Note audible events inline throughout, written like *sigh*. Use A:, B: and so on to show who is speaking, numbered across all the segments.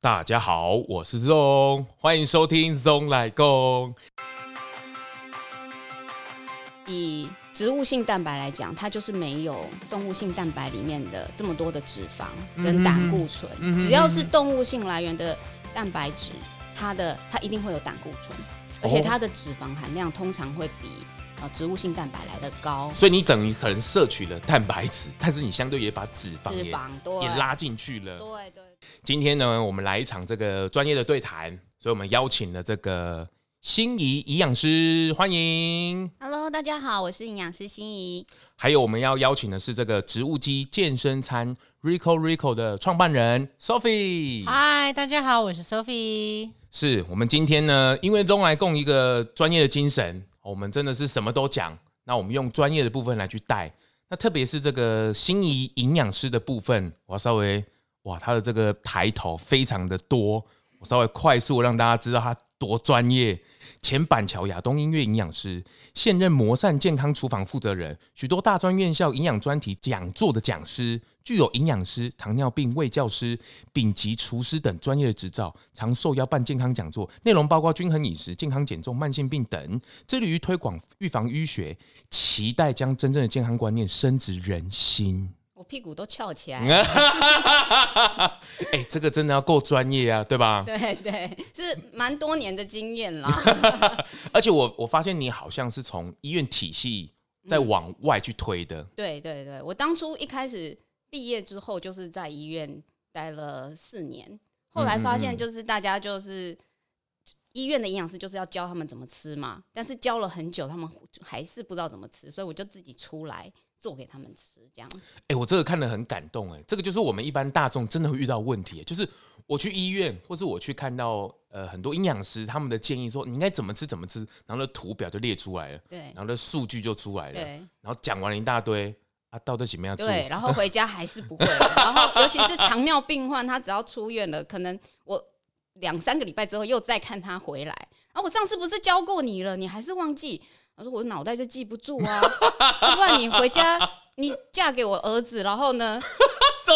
A: 大家好，我是 Zong，欢迎收听 Zong 来攻。
B: 以植物性蛋白来讲，它就是没有动物性蛋白里面的这么多的脂肪跟胆固醇。
A: 嗯哼
B: 只要是动物性来源的蛋白质，它的它一定会有胆固醇，而
A: 哦
B: 且它的脂肪含量通常会比呃植物性蛋白来的高。
A: 所以你等于可能摄取了蛋白质，但是你相对也把脂肪
B: 脂
A: 也
B: 肪对
A: 也拉进去了。
B: 对对，
A: 今天呢，我们来一场这个专业的对谈，所以我们邀请了这个心仪营养师，欢迎。
B: Hello，大家好，我是营养师心怡。
A: 还有我们要邀请的是这个植物基健身餐 Rico Rico 的创办人 Sophie。
C: 嗨，大家好，我是 Sophie。
A: 是我们今天呢，因为东来共一个专业的精神，哦我们真的是什么都讲。那我们用专业的部分来去带，那特别是这个心仪营养师的部分，我要稍微哇，他的这个抬头非常的多，我稍微快速让大家知道他多专业。前板桥亚东音乐营养师，现任摩善健康厨房负责人，许多大专院校营养专题讲座的讲师，具有营养师、糖尿病卫教师、丙级厨师等专业的执照，常受邀办健康讲座，内容包括均衡饮食、健康减重、慢性病等，致力于推广预防医学，期待将真正的健康观念深植人心。
B: 我屁股都翘起
A: 嗯
B: 来了，
A: 哎、这个真的要够专业啊，对吧？
B: 对对，是蛮多年的经验
A: *laughs*
B: 啦。
A: 而且我我发现你好像是从医院体系在往外去推的。
B: 对对对，我当初一开始毕业之后就是在医院待了四年，后来发
A: 嗯嗯
B: 现
A: 嗯
B: 就是大家就是医院的营养师就是要教他们怎么吃嘛，但是教了很久，他们还是不知道怎么吃，所以我就自己出来做给他们吃，这样。
A: 哎、我这个看得很感动哎、这个就是我们一般大众真的会遇到问题、哎就是我去医院，或是我去看到呃很多营养师他们的建议说你应该怎么吃怎么吃，然后的图表就列出来了，
B: 对
A: 然后的数据就出来了，
B: 对
A: 然后讲完了一大堆啊，到底怎么样做？
B: 对，然后回家还是不会。
A: *laughs*
B: 然后尤其是糖尿病患，他只要出院了，可能我两三个礼拜之后又再看他回来，啊，我上次不是教过你了，你还是忘记。我说我脑袋就记不住啊，要不然你回家你嫁给我儿子，然
A: *laughs*
B: 后呢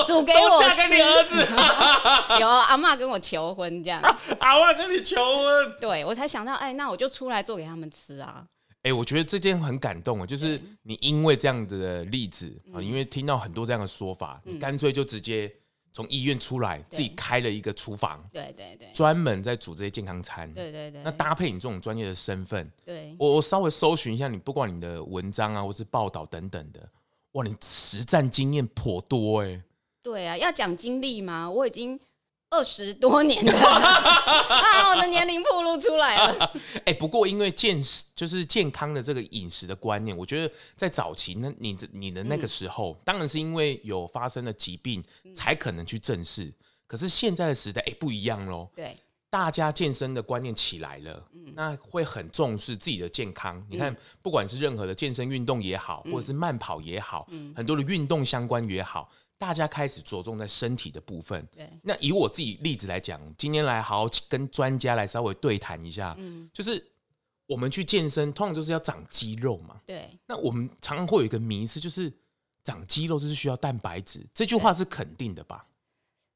B: 煮给
A: 都
B: 我
A: 嫁给
B: 吃
A: 你儿子，
B: *laughs* 有阿嬷跟我求婚这样，
A: 啊，我要跟你求婚。
B: 对我才想到，哎，那我就出来做给他们吃啊。
A: 哎、我觉得这件很感动啊，就是你因为这样子的例子啊，因为
B: 嗯
A: 听到很多这样的说法，你干脆就直接从医院出来，自己开了一个厨房，
B: 对对对
A: 专门在煮这些健康餐。
B: 对对对
A: 那搭配你这种专业的身份，
B: 对，
A: 我我稍微搜寻一下你，不管你的文章啊，或是报道等等的，哇，你实战经验颇多哎、
B: 对啊，要讲经历吗？我已经二十多年了， *laughs* 啊，我的年龄暴露出来了。
A: 哎、不过因为健就是健康的这个饮食的观念，我觉得在早期那你的你的那个时候，当然是因为有发生了疾病才可能去正视。可是现在的时代，哎、不一样喽，
B: 对
A: 大家健身的观念起来了，那会很重视自己的健康。你看，不管是任何的健身运动也好，或者是慢跑也好，
B: 嗯
A: 很多的运动相关也好，大家开始着重在身体的部分。
B: 对，
A: 那以我自己例子来讲，今天来好好跟专家来稍微对谈一
B: 嗯
A: 下，就是我们去健身，通常就是要长肌肉嘛。
B: 对
A: 那我们常常会有一个迷思，就是长肌肉就是需要蛋白质，这句话是肯定的吧？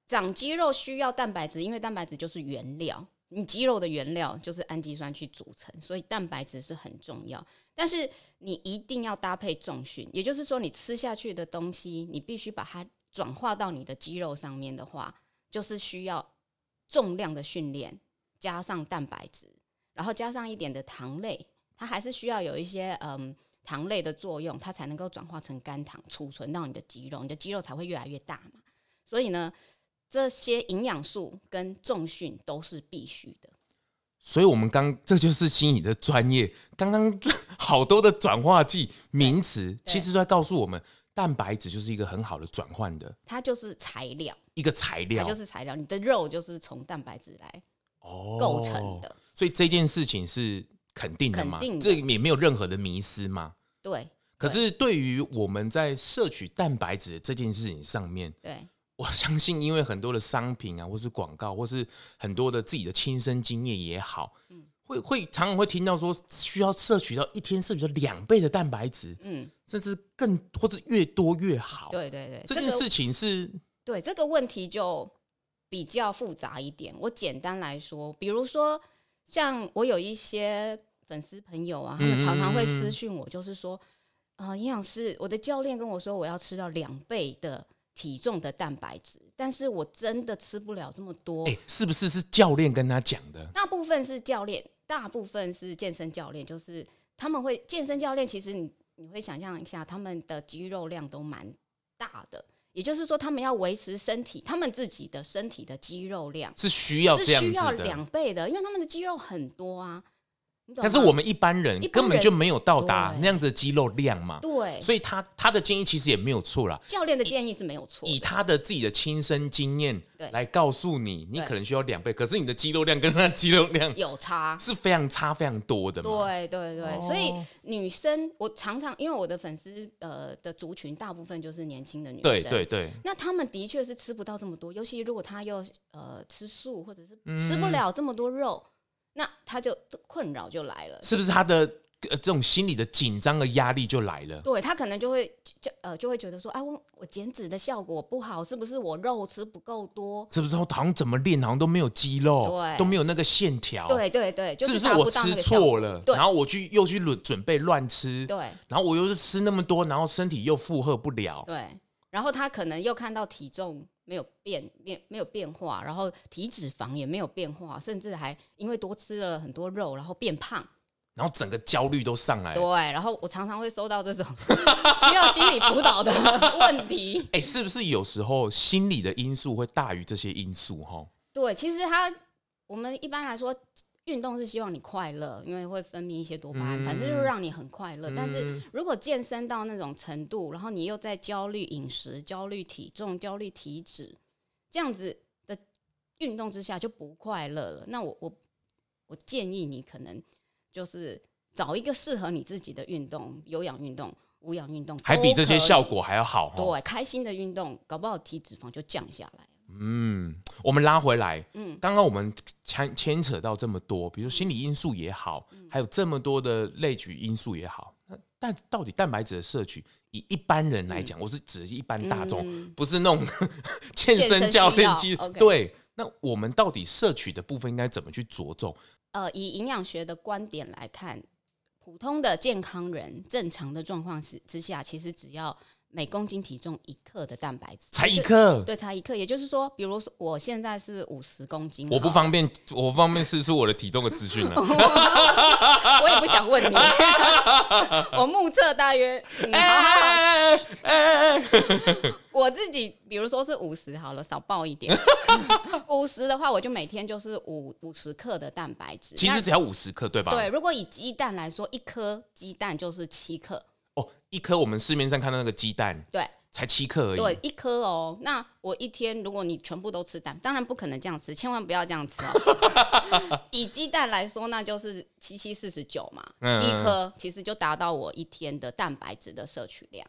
B: 长肌肉需要蛋白质，因为蛋白质就是原料，你肌肉的原料就是氨基酸去组成，所以蛋白质是很重要。但是你一定要搭配重训，也就是说，你吃下去的东西，你必须把它转化到你的肌肉上面的话，就是需要重量的训练，加上蛋白质，然后加上一点的糖类，它还是需要有一些嗯糖类的作用，它才能够转化成肝糖，储存到你的肌肉，你的肌肉才会越来越大嘛。所以呢，这些营养素跟重训都是必须的。
A: 所以，我们刚 *laughs* 这就是心理的专业。刚刚 *laughs* 好多的转化剂名词，其实都在告诉我们，蛋白质就是一个很好的转换的
B: 它就是材料，
A: 一个材
B: 它
A: 料，
B: 就是材料。你的肉就是从蛋白质来
A: 哦
B: 构成的，
A: 所以这件事情是肯定的吗？
B: 肯定的
A: 这也没有任何的迷失嘛。
B: 对
A: 可是对于我们在摄取蛋白质这件事情上面，
B: 对
A: 我 *laughs* 相信，因为很多的商品啊，或是广告，或是很多的自己的亲身经验也好，
B: 嗯
A: 会会常常会听到说需要摄取到一天摄取到两倍的蛋白质，
B: 嗯，
A: 甚至更或者越多越好。
B: 对对对，
A: 这件
B: 个
A: 事情是
B: 对这个问题就比较复杂一点。我简单来说，比如说像我有一些粉丝朋友啊，他们常常会私讯我，就是
A: 嗯
B: 说，啊，营养师，我的教练跟我说我要吃到两倍的体重的蛋白质，但是我真的吃不了这么多。
A: 哎、是不是是教练跟他讲的？
B: 大部分是教练，大部分是健身教练，就是他们会健身教练，其实你你会想象一下，他们的肌肉量都蛮大的，也就是说，他们要维持身体他们自己的身体的肌肉量
A: 是需要
B: 是
A: 这样
B: 需
A: 子
B: 要
A: 的，
B: 两倍的，因为他们的肌肉很多啊。你懂
A: 但是
B: 吗
A: 我们一般人
B: 一般
A: 根本就没有到达
B: 人对
A: 那样子的肌肉量嘛，
B: 对
A: 所以他他的建议其实也没有错啦。
B: 教练的建议是没有错的，
A: 以他的自己的亲身经验
B: 对
A: 来告诉你，你
B: 对
A: 可能需要两倍，可是你的肌肉量跟他的肌肉量
B: 有差。
A: 是哦非常差非常多的嘛。
B: 对对对，所以女生，我常常因为我的粉丝呃的族群大部分就是年轻的女生，
A: 对对对，
B: 那他们的确是吃不到这么多，尤其如果他又呃吃素或者是
A: 嗯
B: 吃不了这么多肉，那他就困扰就来了。
A: 是不是他的呃这种心理的紧张的压力就来了？
B: 对他可能就会就呃就会觉得说，哎、我我减脂的效果不好，是不是我肉吃不够多？
A: 是不是好像怎么练好像都没有肌肉，
B: 对
A: 都没有那个线条？
B: 对对对，就是
A: 不是
B: 达
A: 我
B: 不到那
A: 吃
B: 个效果
A: 错了？
B: 对
A: 然后我去又去准准备乱吃，
B: 对
A: 然后我又是吃那么多，然后身体又负荷不了。
B: 对，然后他可能又看到体重没有变变没有变化，然后体脂肪也没有变化，甚至还因为多吃了很多肉，然后变胖。
A: 然后整个焦虑都上来了
B: 对，，然后我常常会收到这种 *laughs* 需要心理辅
A: *laughs*
B: 导的问题。
A: 哎、是不是有时候心理的因素会大于这些因素？哈，
B: 对，其实它我们一般来说，运动是希望你快乐，因为会分泌一些多巴胺，反正
A: 嗯
B: 就是让你很快乐。但是如果健身到那种程度，然后你又在焦虑饮食、焦虑体重、焦虑体脂这样子的运动之下，就不快乐了。那我我我建议你可能就是找一个适合你自己的运动，有氧运动、无氧运动，
A: 还比这些效
B: 果。
A: 果还要好。哈，
B: 对，开心的运动，搞不好体脂肪就降下来。
A: 嗯，我们拉回来，
B: 嗯，
A: 刚刚我们牵牵扯到这么多，比如说心理因素也好，
B: 嗯
A: 还有这么多的类举因素也好，那但到底蛋白质的摄取，以一般人来讲，我是指一般大众，
B: 嗯
A: 不是那
B: *laughs*
A: 种健
B: 健
A: 身
B: 身
A: 教练机
B: 需要。，OK
A: 对，那我们到底摄取的部分应该怎么去着重？
B: 呃，以营养学的观点来看，普通的健康人正常的状况之之下，其实只要每公斤体重一克的蛋白质，
A: 才一
B: 就，
A: 克，
B: 对，才一克。也就是说，比如说我现在是五十公斤，
A: 我不
B: 好了，
A: 方便，我不方便试出我的体重的资讯啊
B: *laughs*
A: 了。
B: 我也不想问
A: *laughs*
B: 你， *laughs* 我目测大约，嗯、好好好
A: 哎哎哎！
B: 我自己比如说是五十好了，少报
A: *laughs*
B: 一点。五十的话，我就每天就是五五十克的蛋白质。
A: 其
B: 那
A: 实只要五十克，对吧？
B: 对，。如果以鸡蛋来说，一颗鸡蛋就是七克。
A: 哦，一颗我们市面上看到那个鸡蛋
B: 对
A: 才七克而已。
B: 对，一颗哦。那我一天如果你全部都吃蛋，当然不可能这样吃，千万不要这样吃哦。
A: *laughs*
B: 以鸡蛋来说，那就是七七四十九嘛，
A: 嗯
B: 七颗其实就达到我一天的蛋白质的摄取量。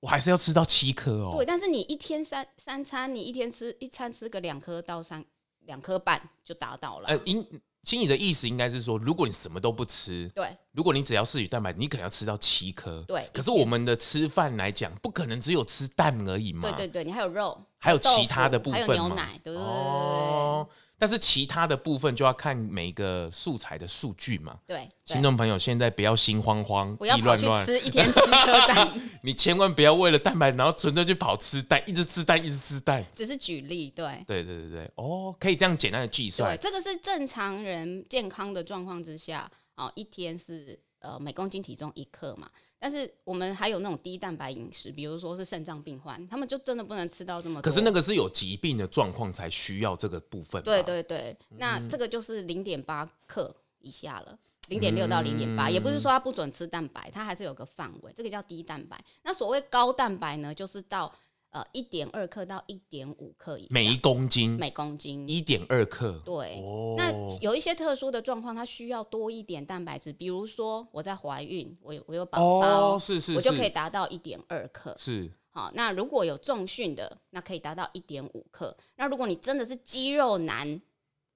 A: 我还是要吃到七颗哦。
B: 对，但是你一天三三餐，你一天吃一餐吃个两颗到三两颗半就达到了。
A: 呃，因心里的意思应该是说，如果你什么都不吃，
B: 对
A: 如果你只要摄取蛋白，你可能要吃到七颗。
B: 对
A: 可是我们的吃饭来讲，不可能只有吃蛋而已嘛。
B: 对对对，你还有肉，
A: 还有
B: 豆腐
A: 其他的部分
B: 还
A: 嘛。
B: 有牛奶，对不对？
A: 哦。但是其他的部分就要看每个素材的数据嘛。
B: 对
A: 听
B: 对，
A: 众朋友，现在不要心慌慌、
B: 不要
A: 意
B: 跑
A: 乱
B: 去
A: 乱，
B: 吃一天七颗
A: *laughs*
B: 蛋，
A: 你千万不要为了蛋白，然后纯粹去跑吃蛋，一直吃蛋，一直吃蛋。
B: 只是举例，对。
A: 对对对对，哦，可以这样简单的计
B: 对，
A: 算。
B: 这个是正常人健康的状况之下啊、哦一天是呃每公斤体重一克嘛。但是我们还有那种低蛋白饮食，比如说是肾脏病患，他们就真的不能吃到这么多。
A: 可是那个是有疾病的状况才需要这个嗯部分。
B: 对。对对，那这个就是零点八克以下了。零点六到零点八，也
A: 嗯
B: 不是说它不准吃蛋白，它还是有个范围，这个叫低蛋白。那所谓高蛋白呢，就是到呃一点二克到一点五克以下
A: 每一公斤
B: 每公斤。
A: 一点二克。
B: 对，
A: 哦
B: 那有一些特殊的状况，它需要多一点蛋白质，比如说我在怀孕，我有我有宝宝，
A: 哦，是是
B: 我就可以
A: 是
B: 达到一点二克。
A: 是，
B: 好，那如果有重训的，那可以达到一点五克。那如果你真的是肌肉男，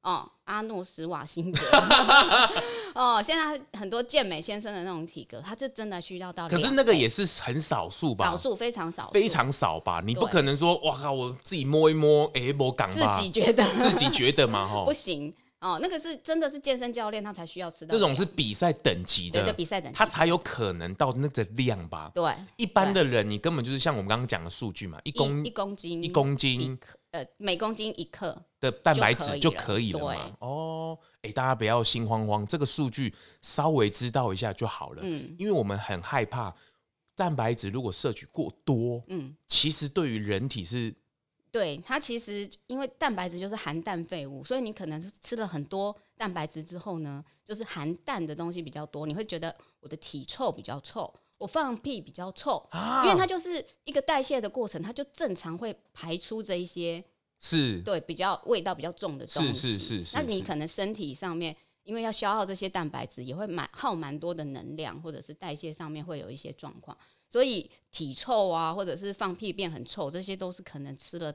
B: 哦，阿诺·施瓦辛格， *laughs* 哦，现在很多健美先生的那种体格，他就真的需要到
A: 可
B: 两倍，
A: 是那个也是很少数吧，
B: 少数，非常少数，
A: 非常少吧？你不
B: 对
A: 可能说，哇靠，我自己摸一摸，哎、我港
B: 自
A: 吧，
B: 己觉得
A: 自己觉得嘛，哈
B: *laughs* 不，行哦，那个是真的是健身教练他才需要吃到
A: 这种是
B: 量
A: 比赛等级
B: 对
A: 的
B: 对比赛等级
A: 他才有可能到那个量吧。
B: 对
A: 一般的人，你根本就是像我们刚刚讲的数据嘛，一公
B: 一一公斤
A: 一公
B: 一
A: 斤
B: 克呃每公斤一克，
A: 的蛋白质就
B: 就
A: 可
B: 可
A: 以
B: 以
A: 了
B: 了
A: 嘛。哦，哎，大家不要心慌慌，这个数据稍微知道一下就好了。
B: 嗯
A: 因为我们很害怕蛋白质如果摄取过多，
B: 嗯，
A: 其实对于人体是
B: 对它其实因为蛋白质就是含氮废物，所以你可能吃了很多蛋白质之后呢，就是含氮的东西比较多，你会觉得我的体臭比较臭，我放屁比较臭，
A: 啊，
B: 因为它就是一个代谢的过程，它就正常会排出这一些
A: 是
B: 对比较味道比较重的东
A: 是
B: 西。
A: 是是
B: 那
A: 是
B: 你
A: 是
B: 可能身体上面因为要消耗这些蛋白质，也会蛮耗蛮多的能量，或者是代谢上面会有一些状况，所以体臭啊，或者是放屁变很臭，这些都是可能吃了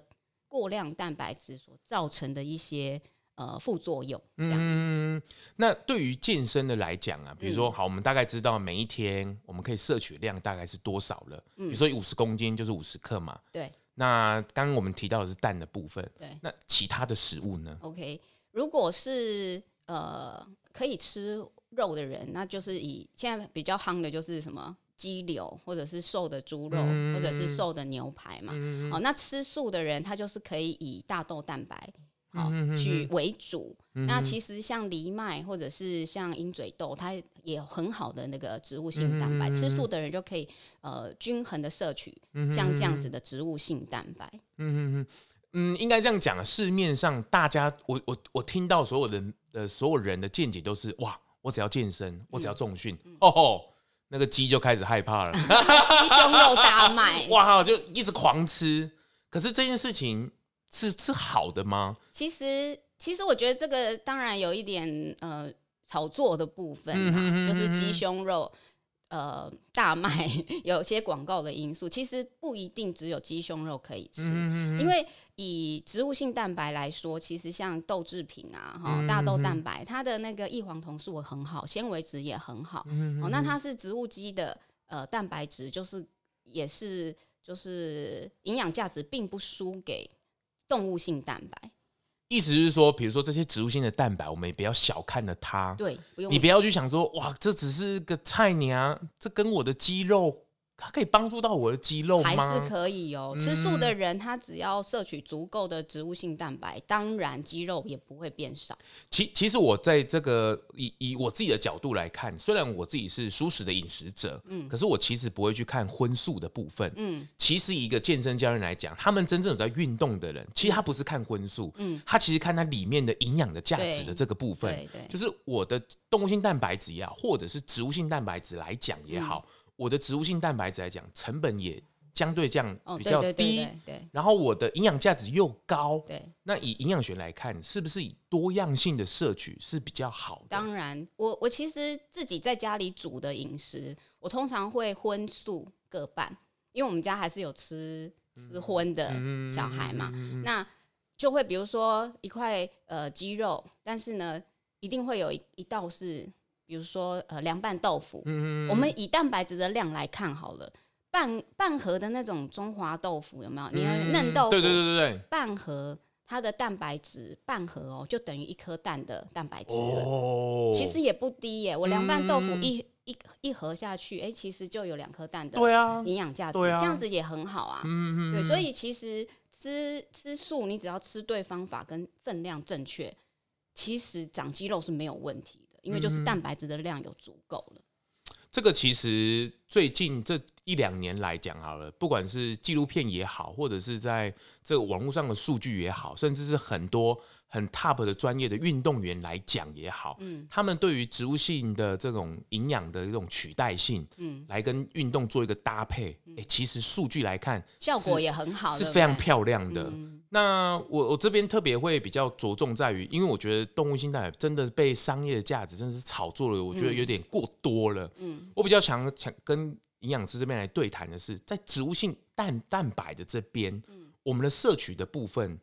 B: 过量蛋白质所造成的一些呃副作用。这样、
A: 嗯，那对于健身的来讲啊，比如说，
B: 嗯
A: 好，我们大概知道每一天我们可以摄取量大概是多少了。比如说五十公斤就是五十克嘛。
B: 嗯对
A: 那刚刚我们提到的是蛋的部分，
B: 对
A: 那其他的食物呢？
B: ，OK，如果是呃可以吃肉的人，那就是以现在比较夯的就是什么鸡柳，或者是瘦的猪肉，或者是瘦的牛排嘛。哦，那吃素的人他就是可以以大豆蛋白好、去为主。那其实像藜麦或者是像鹰嘴豆，它也有很好的那个植物性蛋白。吃素的人就可以呃均衡的摄取像这样子的植物性蛋白。
A: 嗯，应该这样讲啊，市面上大家，我我我听到所有人呃所有人的见解都是哇，我只要健身，我只
B: 嗯
A: 要重训，哦吼，那个鸡就开始害怕了。
B: *laughs* 鸡胸肉
A: *laughs*
B: 大卖，
A: 哇，就一直狂吃。可是这件事情是是好的吗？
B: 其实，其实我觉得这个当然有一点呃炒作的部分
A: 嗯
B: 啦，
A: 哼哼
B: 就是
A: 哼
B: 鸡胸肉呃大卖 *laughs* 有些广告的因素，其实不一定只有鸡胸肉可以
A: 嗯
B: 吃。因为以植物性蛋白来说，其实像豆制品啊，
A: 嗯
B: 哈，大豆蛋白，它的那个异黄酮素很好，纤维质也很好。
A: 嗯
B: 哦，那它是植物基的呃蛋白质，就是也是就是营养价值并不输给动物性蛋白。
A: 意思是说，比如说这些植物性的蛋白，我们也不要小看了它。
B: 对，不用
A: 你不要去想说，哇，这只是个菜鸟，啊这跟我的肌肉，它可以帮助到我的肌肉
B: 还是
A: 吗？嗯
B: 可以哦。吃素的人，他只要摄取足够的植物性蛋白，当然肌肉也不会变少。
A: 其其实我在这个以以我自己的角度来看，虽然我自己是素食的饮食者，嗯，可是我其实不会去看荤素的部分，嗯
B: 嗯，
A: 其实以一个健身教练来讲，他们真正有在运动的人，其实他不是看荤素，嗯
B: 嗯，
A: 他其实看它里面的营养的价值
B: 对
A: 的这个部分
B: 对，对
A: 就是我的动物性蛋白质也好，或者是植物性蛋白质来讲也好，
B: 嗯
A: 我的植物性蛋白质来讲，成本也相对这样
B: 哦，
A: 比
B: 对
A: 较
B: 对对
A: 低，
B: 对对
A: 然后我的营养价值又高，
B: 对，
A: 那以营养学来看，是不是以多样性的摄取是比较好的？
B: 当然，我我其实自己在家里煮的饮食，我通常会荤素各半，因为我们家还是有吃吃荤的
A: 嗯
B: 小孩嘛，那就会比如说一块呃鸡肉，但是呢，一定会有一一道是，比如说呃凉拌豆
A: 嗯
B: 腐，我们以蛋白质的量来看好了。半半盒的那种中华豆腐有没有？你看嫩
A: 嗯
B: 豆腐，
A: 对对对对
B: 半盒它的蛋白质半盒哦，就等于一颗蛋的蛋白质
A: 对，
B: 了。
A: 哦嗯
B: 其实也不低耶、我凉拌豆腐一、一一盒下去，哎、其实就有两颗蛋的
A: 对啊，
B: 营养价值，
A: 对啊
B: 这样子也很好啊。
A: 嗯
B: 对，所以其实吃吃素，你只要吃对方法跟分量正确，其实长肌肉是没有问题的，因为
A: 嗯
B: 就是蛋白质的量有足够了。
A: 这个其实最近这一两年来讲好了，不管是纪录片也好，或者是在这个网络上的数据也好，甚至是很多很 top 的专业的运动员来讲也好，
B: 嗯
A: 他们对于植物性的这种营养的这种取代性，
B: 嗯，
A: 来跟运动做一个搭配，哎、其实数据来看
B: 效
A: 是
B: 果也很好，
A: 是
B: 对不
A: 非常
B: 对
A: 漂亮的。
B: 嗯
A: 那我我这边特别会比较着重在于，因为我觉得动物性蛋白真的被商业的价值真的是炒作了，我觉得
B: 嗯
A: 有点过多了。嗯，我比较想想跟营养师这边来对谈的是，
B: 嗯
A: 在植物性蛋蛋白的这边，我们的摄取的部分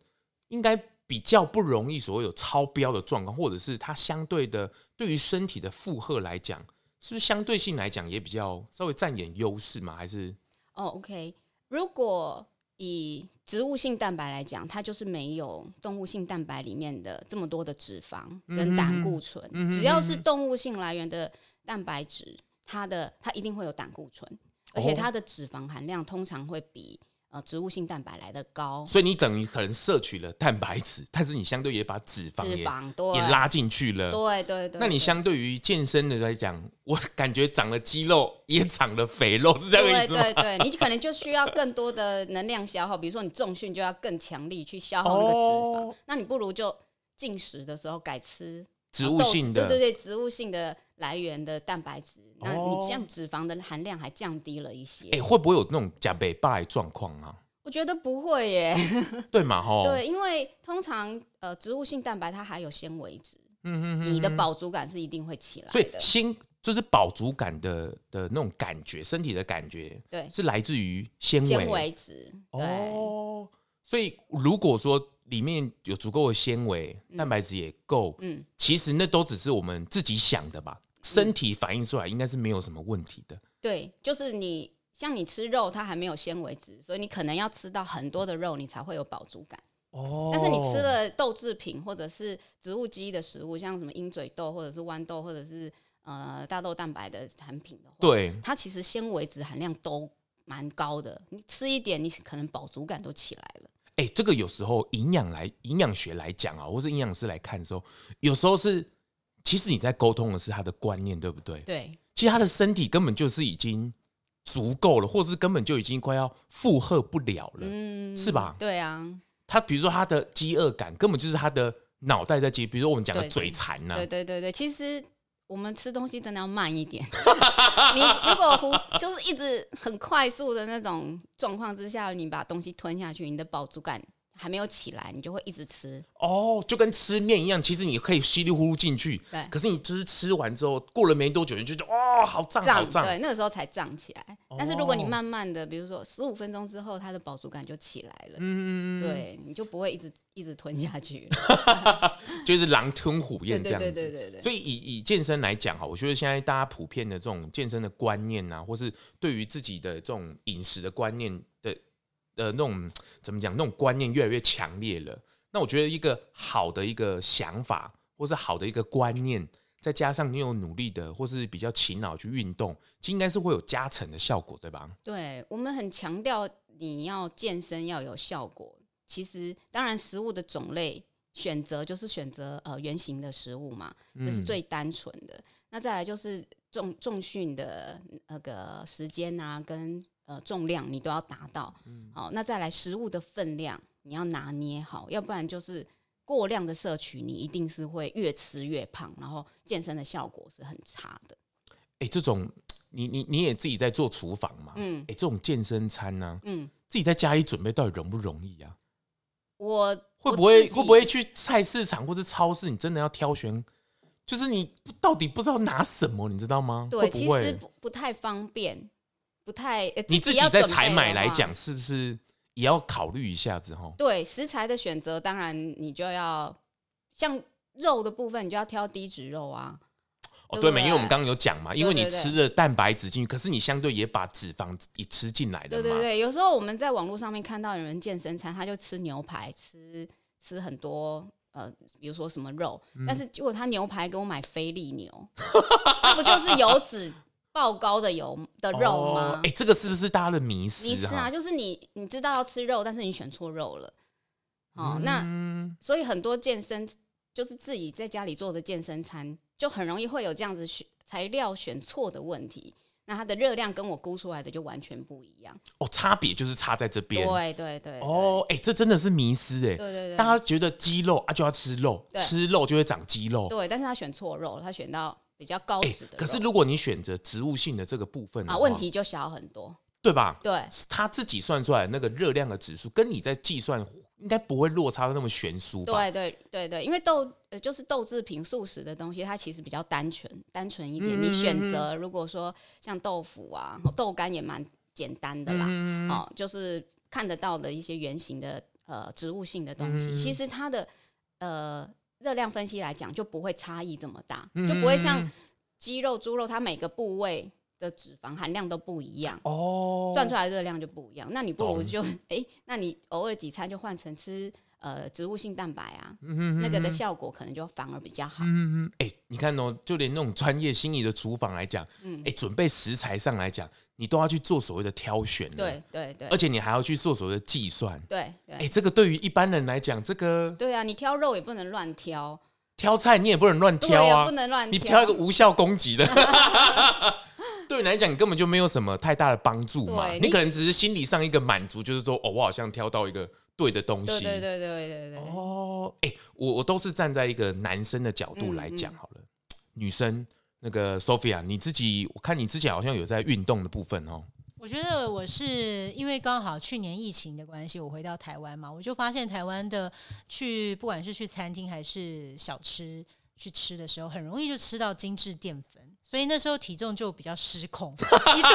A: 应该比较不容易所谓有超标的状况，或者是它相对的对于身体的负荷来讲，是不是相对性来讲也比较稍微占点优势嘛？还是
B: 哦，OK，如果以植物性蛋白来讲，它就是没有动物性蛋白里面的这么多的脂肪
A: 嗯
B: 跟胆固醇。只要是动物性来源的蛋白质，它的它一定会有胆固醇，而且
A: 哦
B: 它的脂肪含量通常会比呃植物性蛋白来的高。
A: 所以你等于可能摄取了蛋白质，但是你相对也把脂肪
B: 脂
A: 也
B: 肪对，
A: 也拉进去了。
B: 对对对。
A: 那你
B: 对
A: 相对于健身的来讲， *laughs* 我感觉长了肌肉也长了肥肉，是这样的意
B: 对
A: 思吗？
B: 对对，你可能就需要更多的能量消耗，比如说你重训就要更强力去消耗那个脂肪，
A: 哦
B: 那你不如就进食的时候改吃
A: 植
B: 呃
A: 物
B: 豆
A: 性
B: 子
A: 的，
B: 对对对，植物性的来源的蛋白质，那
A: 哦
B: 你这样脂肪的含量还降低了一些。
A: 哎、会不会有那种假北霸的状况
B: *laughs*
A: 啊？
B: 我觉得不会耶，
A: 对嘛？吼，
B: 对，因为通常呃植物性蛋白它还有纤维质，
A: 嗯嗯嗯，
B: 你的饱足感是一定会起来
A: 所以
B: 的。
A: 心就是饱足感的的那种感觉，身体的感觉
B: 对，
A: 是来自于纤维。
B: 纤维质，对、
A: 哦，所以如果说里面有足够的纤维，蛋白质也够，
B: 嗯，
A: 其实那都只是我们自己想的吧。身体反映出来应该是没有什么问题的。
B: 对，就是你像你吃肉，它还没有纤维质，所以你可能要吃到很多的肉，你才会有饱足感。
A: 哦
B: 但是你吃了豆制品或者是植物基的食物，像什么鹰嘴豆或者是豌豆或者是呃大豆蛋白的产品的话，，
A: 对，
B: 它其实纤维质含量都蛮高的。你吃一点，你可能饱足感都起来了。
A: 哎、这个有时候营养来营养学来讲啊，或是营养师来看的时候，有时候是其实你在沟通的是他的观念，对不对？
B: 对
A: 其实他的身体根本就是已经足够了，或是根本就已经快要负荷不了了。
B: 嗯
A: 是吧
B: 对啊，
A: 他比如说他的饥饿感，根本就是他的脑袋在饥，比如说我们讲的
B: 对对
A: 嘴馋呐、
B: 对对对对，其实。我们吃东西真的要慢
A: *laughs*
B: 一点。你如果胡就是一直很快速的那种状况之下，你把东西吞下去，你的饱足感还没有起来，你就会一直吃。
A: 哦，就跟吃面一样，其实你可以稀里糊涂进去，
B: 对，
A: 可是你就是吃完之后，过了没多久，你就觉得哦，好胀，好
B: 胀，
A: 胀，
B: 对，那个时候才胀起来。但是如果你
A: 哦
B: 慢慢的，比如说十五分钟之后，它的饱足感就起来了，
A: 嗯，，
B: 对，你就不会一直一直吞下去了。
A: 就是狼吞虎
B: 对
A: 咽这
B: 对
A: 样
B: 对
A: 子。
B: 对对对，
A: 所以以以健身来讲哈，我觉得现在大家普遍的这种健身的观念啊，或是对于自己的这种饮食的观念的的那种怎么讲，那种观念越来越强烈了。那我觉得一个好的一个想法，或是好的一个观念，再加上你有努力的，或是比较勤劳去运动，其实应该是会有加成的效果，对吧？
B: 对我们很强调你要健身要有效果。其实当然食物的种类选择就是选择呃圆形的食物嘛，这是
A: 嗯
B: 最单纯的。那再来就是重重训的那个时间啊，跟呃重量你都要达到。好、那再来食物的分量你要拿捏好，要不然就是过量的摄取，你一定是会越吃越胖，然后健身的效果是很差的。
A: 哎、这种你你你也自己在做厨房嘛？哎、
B: 嗯
A: 这种健身餐呢、
B: 嗯，
A: 自己在家里准备到底容不容易啊？
B: 我
A: 会
B: 我
A: 不会
B: 自己
A: 会不会去菜市场或者超市？你真的要挑选，就是你到底不知道拿什么，你知道吗？
B: 对，
A: 会
B: 其
A: 不
B: 实
A: 会
B: 不不太方便，不太、呃
A: 你
B: 自
A: 自
B: 己要
A: 己在
B: 准备
A: 采买
B: 的
A: 来
B: 话
A: 讲，，是不是也要考虑一下子哈？
B: 对食材的选择，当然你就要像肉的部分，你就要挑低脂肉啊。
A: 哦，
B: 对
A: 对
B: 不
A: 嘛，因为我们
B: 对
A: 刚刚有讲嘛，因为
B: 对
A: 你
B: 对对
A: 吃了蛋白质进去，可是你相对也把脂肪也吃进来
B: 对
A: 了
B: 对
A: 嘛。
B: 对，有时候我们在网络上面看到有人健身餐，他就吃牛排，吃吃很多。呃，比如说什么肉，
A: 嗯
B: 但是结果他牛排给我买菲力牛，那不就是油脂爆高的油的肉吗？
A: 哎、这个是不是大家的迷思
B: 迷思啊，
A: 哈？
B: 就是你你知道要吃肉，但是你选错肉了。哦，那
A: 嗯
B: 所以很多健身就是自己在家里做的健身餐，就很容易会有这样子选材料选错的问题。那它的热量跟我估出来的就完全不一样。
A: 哦，差别就是差在这边。
B: 对对对，
A: 哦，哎、这真的是迷思哎、
B: 对，对对对，
A: 大家觉得鸡肉啊就要吃肉，
B: 对
A: 吃肉就会长肌肉。
B: 对，但是他选错肉，他选到比较高
A: 哎、
B: 脂的肉、
A: 可是哦如果你选择植物性的这个部分的
B: 啊，
A: 话
B: 问题就小很多。
A: 对吧？
B: 对
A: 是他自己算出来的那个热量的指数，跟你在计算应该不会落差的那么悬殊吧？
B: 对对对对，因为豆呃就是豆制品素食的东西，它其实比较单纯，单纯一点。
A: 嗯嗯
B: 你
A: 嗯
B: 选
A: 嗯
B: 择如果说像豆腐啊、豆干也蛮简单的啦，
A: 嗯，
B: 哦，就是看得到的一些圆形的呃植物性的东西，
A: 嗯
B: 其实它的呃热量分析来讲就不会差异这么大，
A: 嗯
B: 就不会像鸡肉、猪肉，它每个部位的脂肪含量都不一样。
A: 哦，
B: 算出来的热量就不一样，那你不如
A: 懂
B: 就诶，那你偶尔几餐就换成吃呃植物性蛋白啊，
A: 嗯
B: 那个的
A: 嗯
B: 效果可能就反而比较好。
A: 嗯嗯，哎、你看哦，就连那种专业心仪的厨房来讲，
B: 嗯
A: 哎、准备食材上来讲，你都要去做所谓的挑选，，
B: 对对对
A: 而且你还要去做所谓的计算，
B: 对
A: 哎、
B: 对
A: 这个对于一般人来讲，这个
B: 对啊！你挑肉也不能乱挑，
A: 挑菜你也不能乱
B: 对
A: 挑
B: 啊，
A: 啊
B: 不，能乱
A: 你挑一个无效攻击的， *laughs* 对你来讲，你根本就没有什么太大的帮助嘛，
B: 对
A: 你
B: 你
A: 可能只是心理上一个满足，就是说，哦，我好像挑到一个对的东
B: 对
A: 西，
B: 对对对对对，
A: 哦，哎、我我都是站在一个男生的角度来讲好
C: 嗯
A: 了。女生那个 Sophia，你自己，我看你之前好像有在运动的部分哦。
C: 我觉得我是因为刚好去年疫情的关系，我回到台湾嘛，我就发现台湾的去不管是去餐厅还是小吃去吃的时候，很容易就吃到精致淀粉，所以那时候体重就比较失
A: *laughs*
C: 控。你懂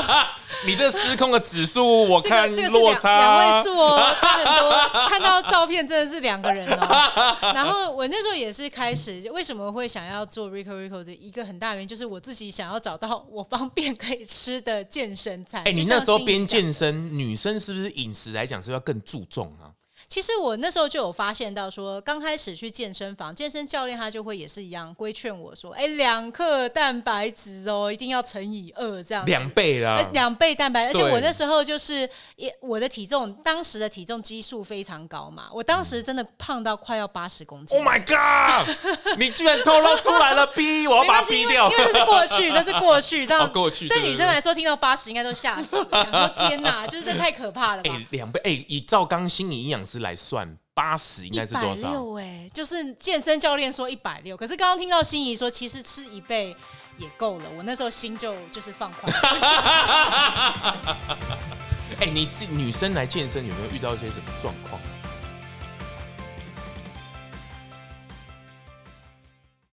A: 你这失控的指数，我
C: *laughs* 这
A: 看
C: 个这个是
A: 落
C: 两两
A: 差啊
C: 位。数哦，差很多。看到照片真的是两个
A: *laughs*
C: 人哦。然后我那时候也是开始，为什么会想要做 Rico Rico 的一个很大原因，就是我自己想要找到我方便可以吃的健身餐。
A: 哎、
C: 就
A: 你
C: 像
A: 那时候
C: 心仪
A: 边
C: 讲的
A: 健身，女生是不是饮食来讲是要更注重啊？
C: 其实我那时候就有发现到说，刚开始去健身房，健身教练他就会也是一样规劝我说：“哎，两克蛋白质哦，一定要乘以二这样子。”
A: 两倍啦
C: 呃，两倍蛋白，而且
A: 对
C: 我那时候就是也我的体重，当时的体重基数非常高嘛，我当时真的胖到快要八十公
A: 嗯
C: 斤。
A: ！Oh my
C: *laughs*
A: god！你居然透露出来了，逼我要
C: 没
A: 把它
C: 关系，
A: 逼
C: 因为
A: 掉
C: 因。为这是过去，那是
A: *laughs*
C: 过去。但、
A: 哦过去
C: 对
A: 对对
C: 女生来说，听到八十应该都吓死了，想说天哪，就是这太可怕了吧？
A: 哎，两、倍哎、以照刚心理营养师来算，八十应
C: 一
A: 该是多
C: 百
A: 少？
C: 六哎，就是健身教练说一百六，可是刚刚听到心仪说，其实吃一倍也够了。我那时候心就就是放宽了，就是
A: 哎、你自女生来健身有没有遇到一些什么状况？